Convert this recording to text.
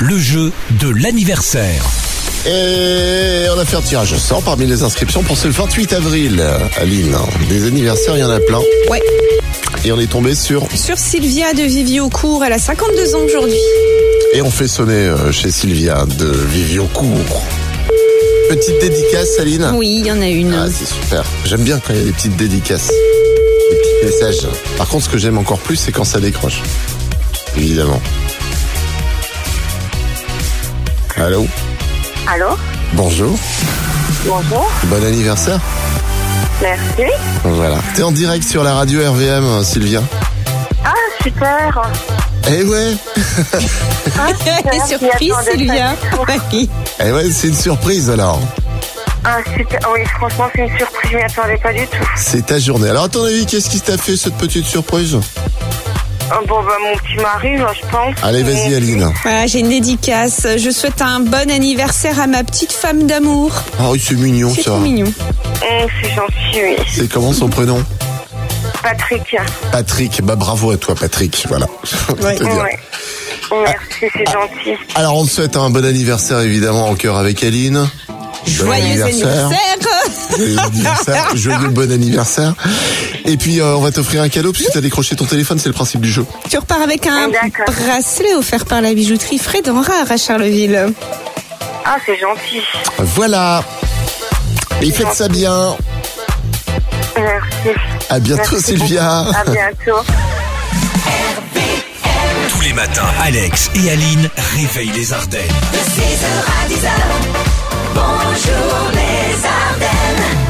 le jeu de l'anniversaire. Et on a fait un tirage au sort parmi les inscriptions pour ce 28 avril euh, à Lille. Des anniversaires, il y en a plein. Ouais. Et on est tombé sur. Sur Sylvia de Viviocourt, elle a 52 ans aujourd'hui. Et on fait sonner euh, chez Sylvia de Vivioncourt. Petite dédicace, Aline. Oui, il y en a une. Ah, c'est super. J'aime bien quand il y a des petites dédicaces, des petits messages. Par contre, ce que j'aime encore plus, c'est quand ça décroche. Évidemment. Allô Allô Bonjour. Bonjour, Bon anniversaire. merci. Voilà. T'es en direct sur la radio RVM, euh, Sylvia. Ah, super. Eh ouais Ah, Elle est super, j'y surprise, attendais pas Sylvia. Bah du tout. Oui. Eh ouais, c'est une surprise alors. Ah, super. Ah Oui, franchement, c'est une surprise, je m'y attendais pas du tout. C'est ta journée. Alors à ton avis, qu'est-ce qui t'a fait cette petite surprise Ah, Bon, bah, mon petit mari, moi, je pense. Mm, Allez, vas-y Euh, Mon- Aline. Voilà, j'ai une dédicace. Je souhaite un bon anniversaire à ma petite femme d'amour. Ah oui, c'est mignon C'est ça. trop mignon. Hum, c'est gentil, oui. C'est comment son prénom Patrick. Patrick. Bah bravo à toi Patrick, voilà. Je voulais te dire. Ouais. Ah. Merci, c'est gentil. Alors on te souhaite un bon anniversaire évidemment en cœur avec Aline. Bon Joyeux anniversaire. Joyeux anniversaire. Joyeux bon anniversaire. Et puis euh, on va t'offrir un cadeau puisque t'as décroché ton téléphone, c'est le principe du jeu. Tu repars avec un D'accord. bracelet offert par la bijouterie Fred en rare à Charleville. Ah, c'est gentil. Voilà. Et faites ça bien. Merci. À bientôt, Merci Sylvia. beaucoup. À bientôt. Tous les matins, Alex et Aline réveillent les Ardennes. De 6h à 10h, bonjour les Ardennes.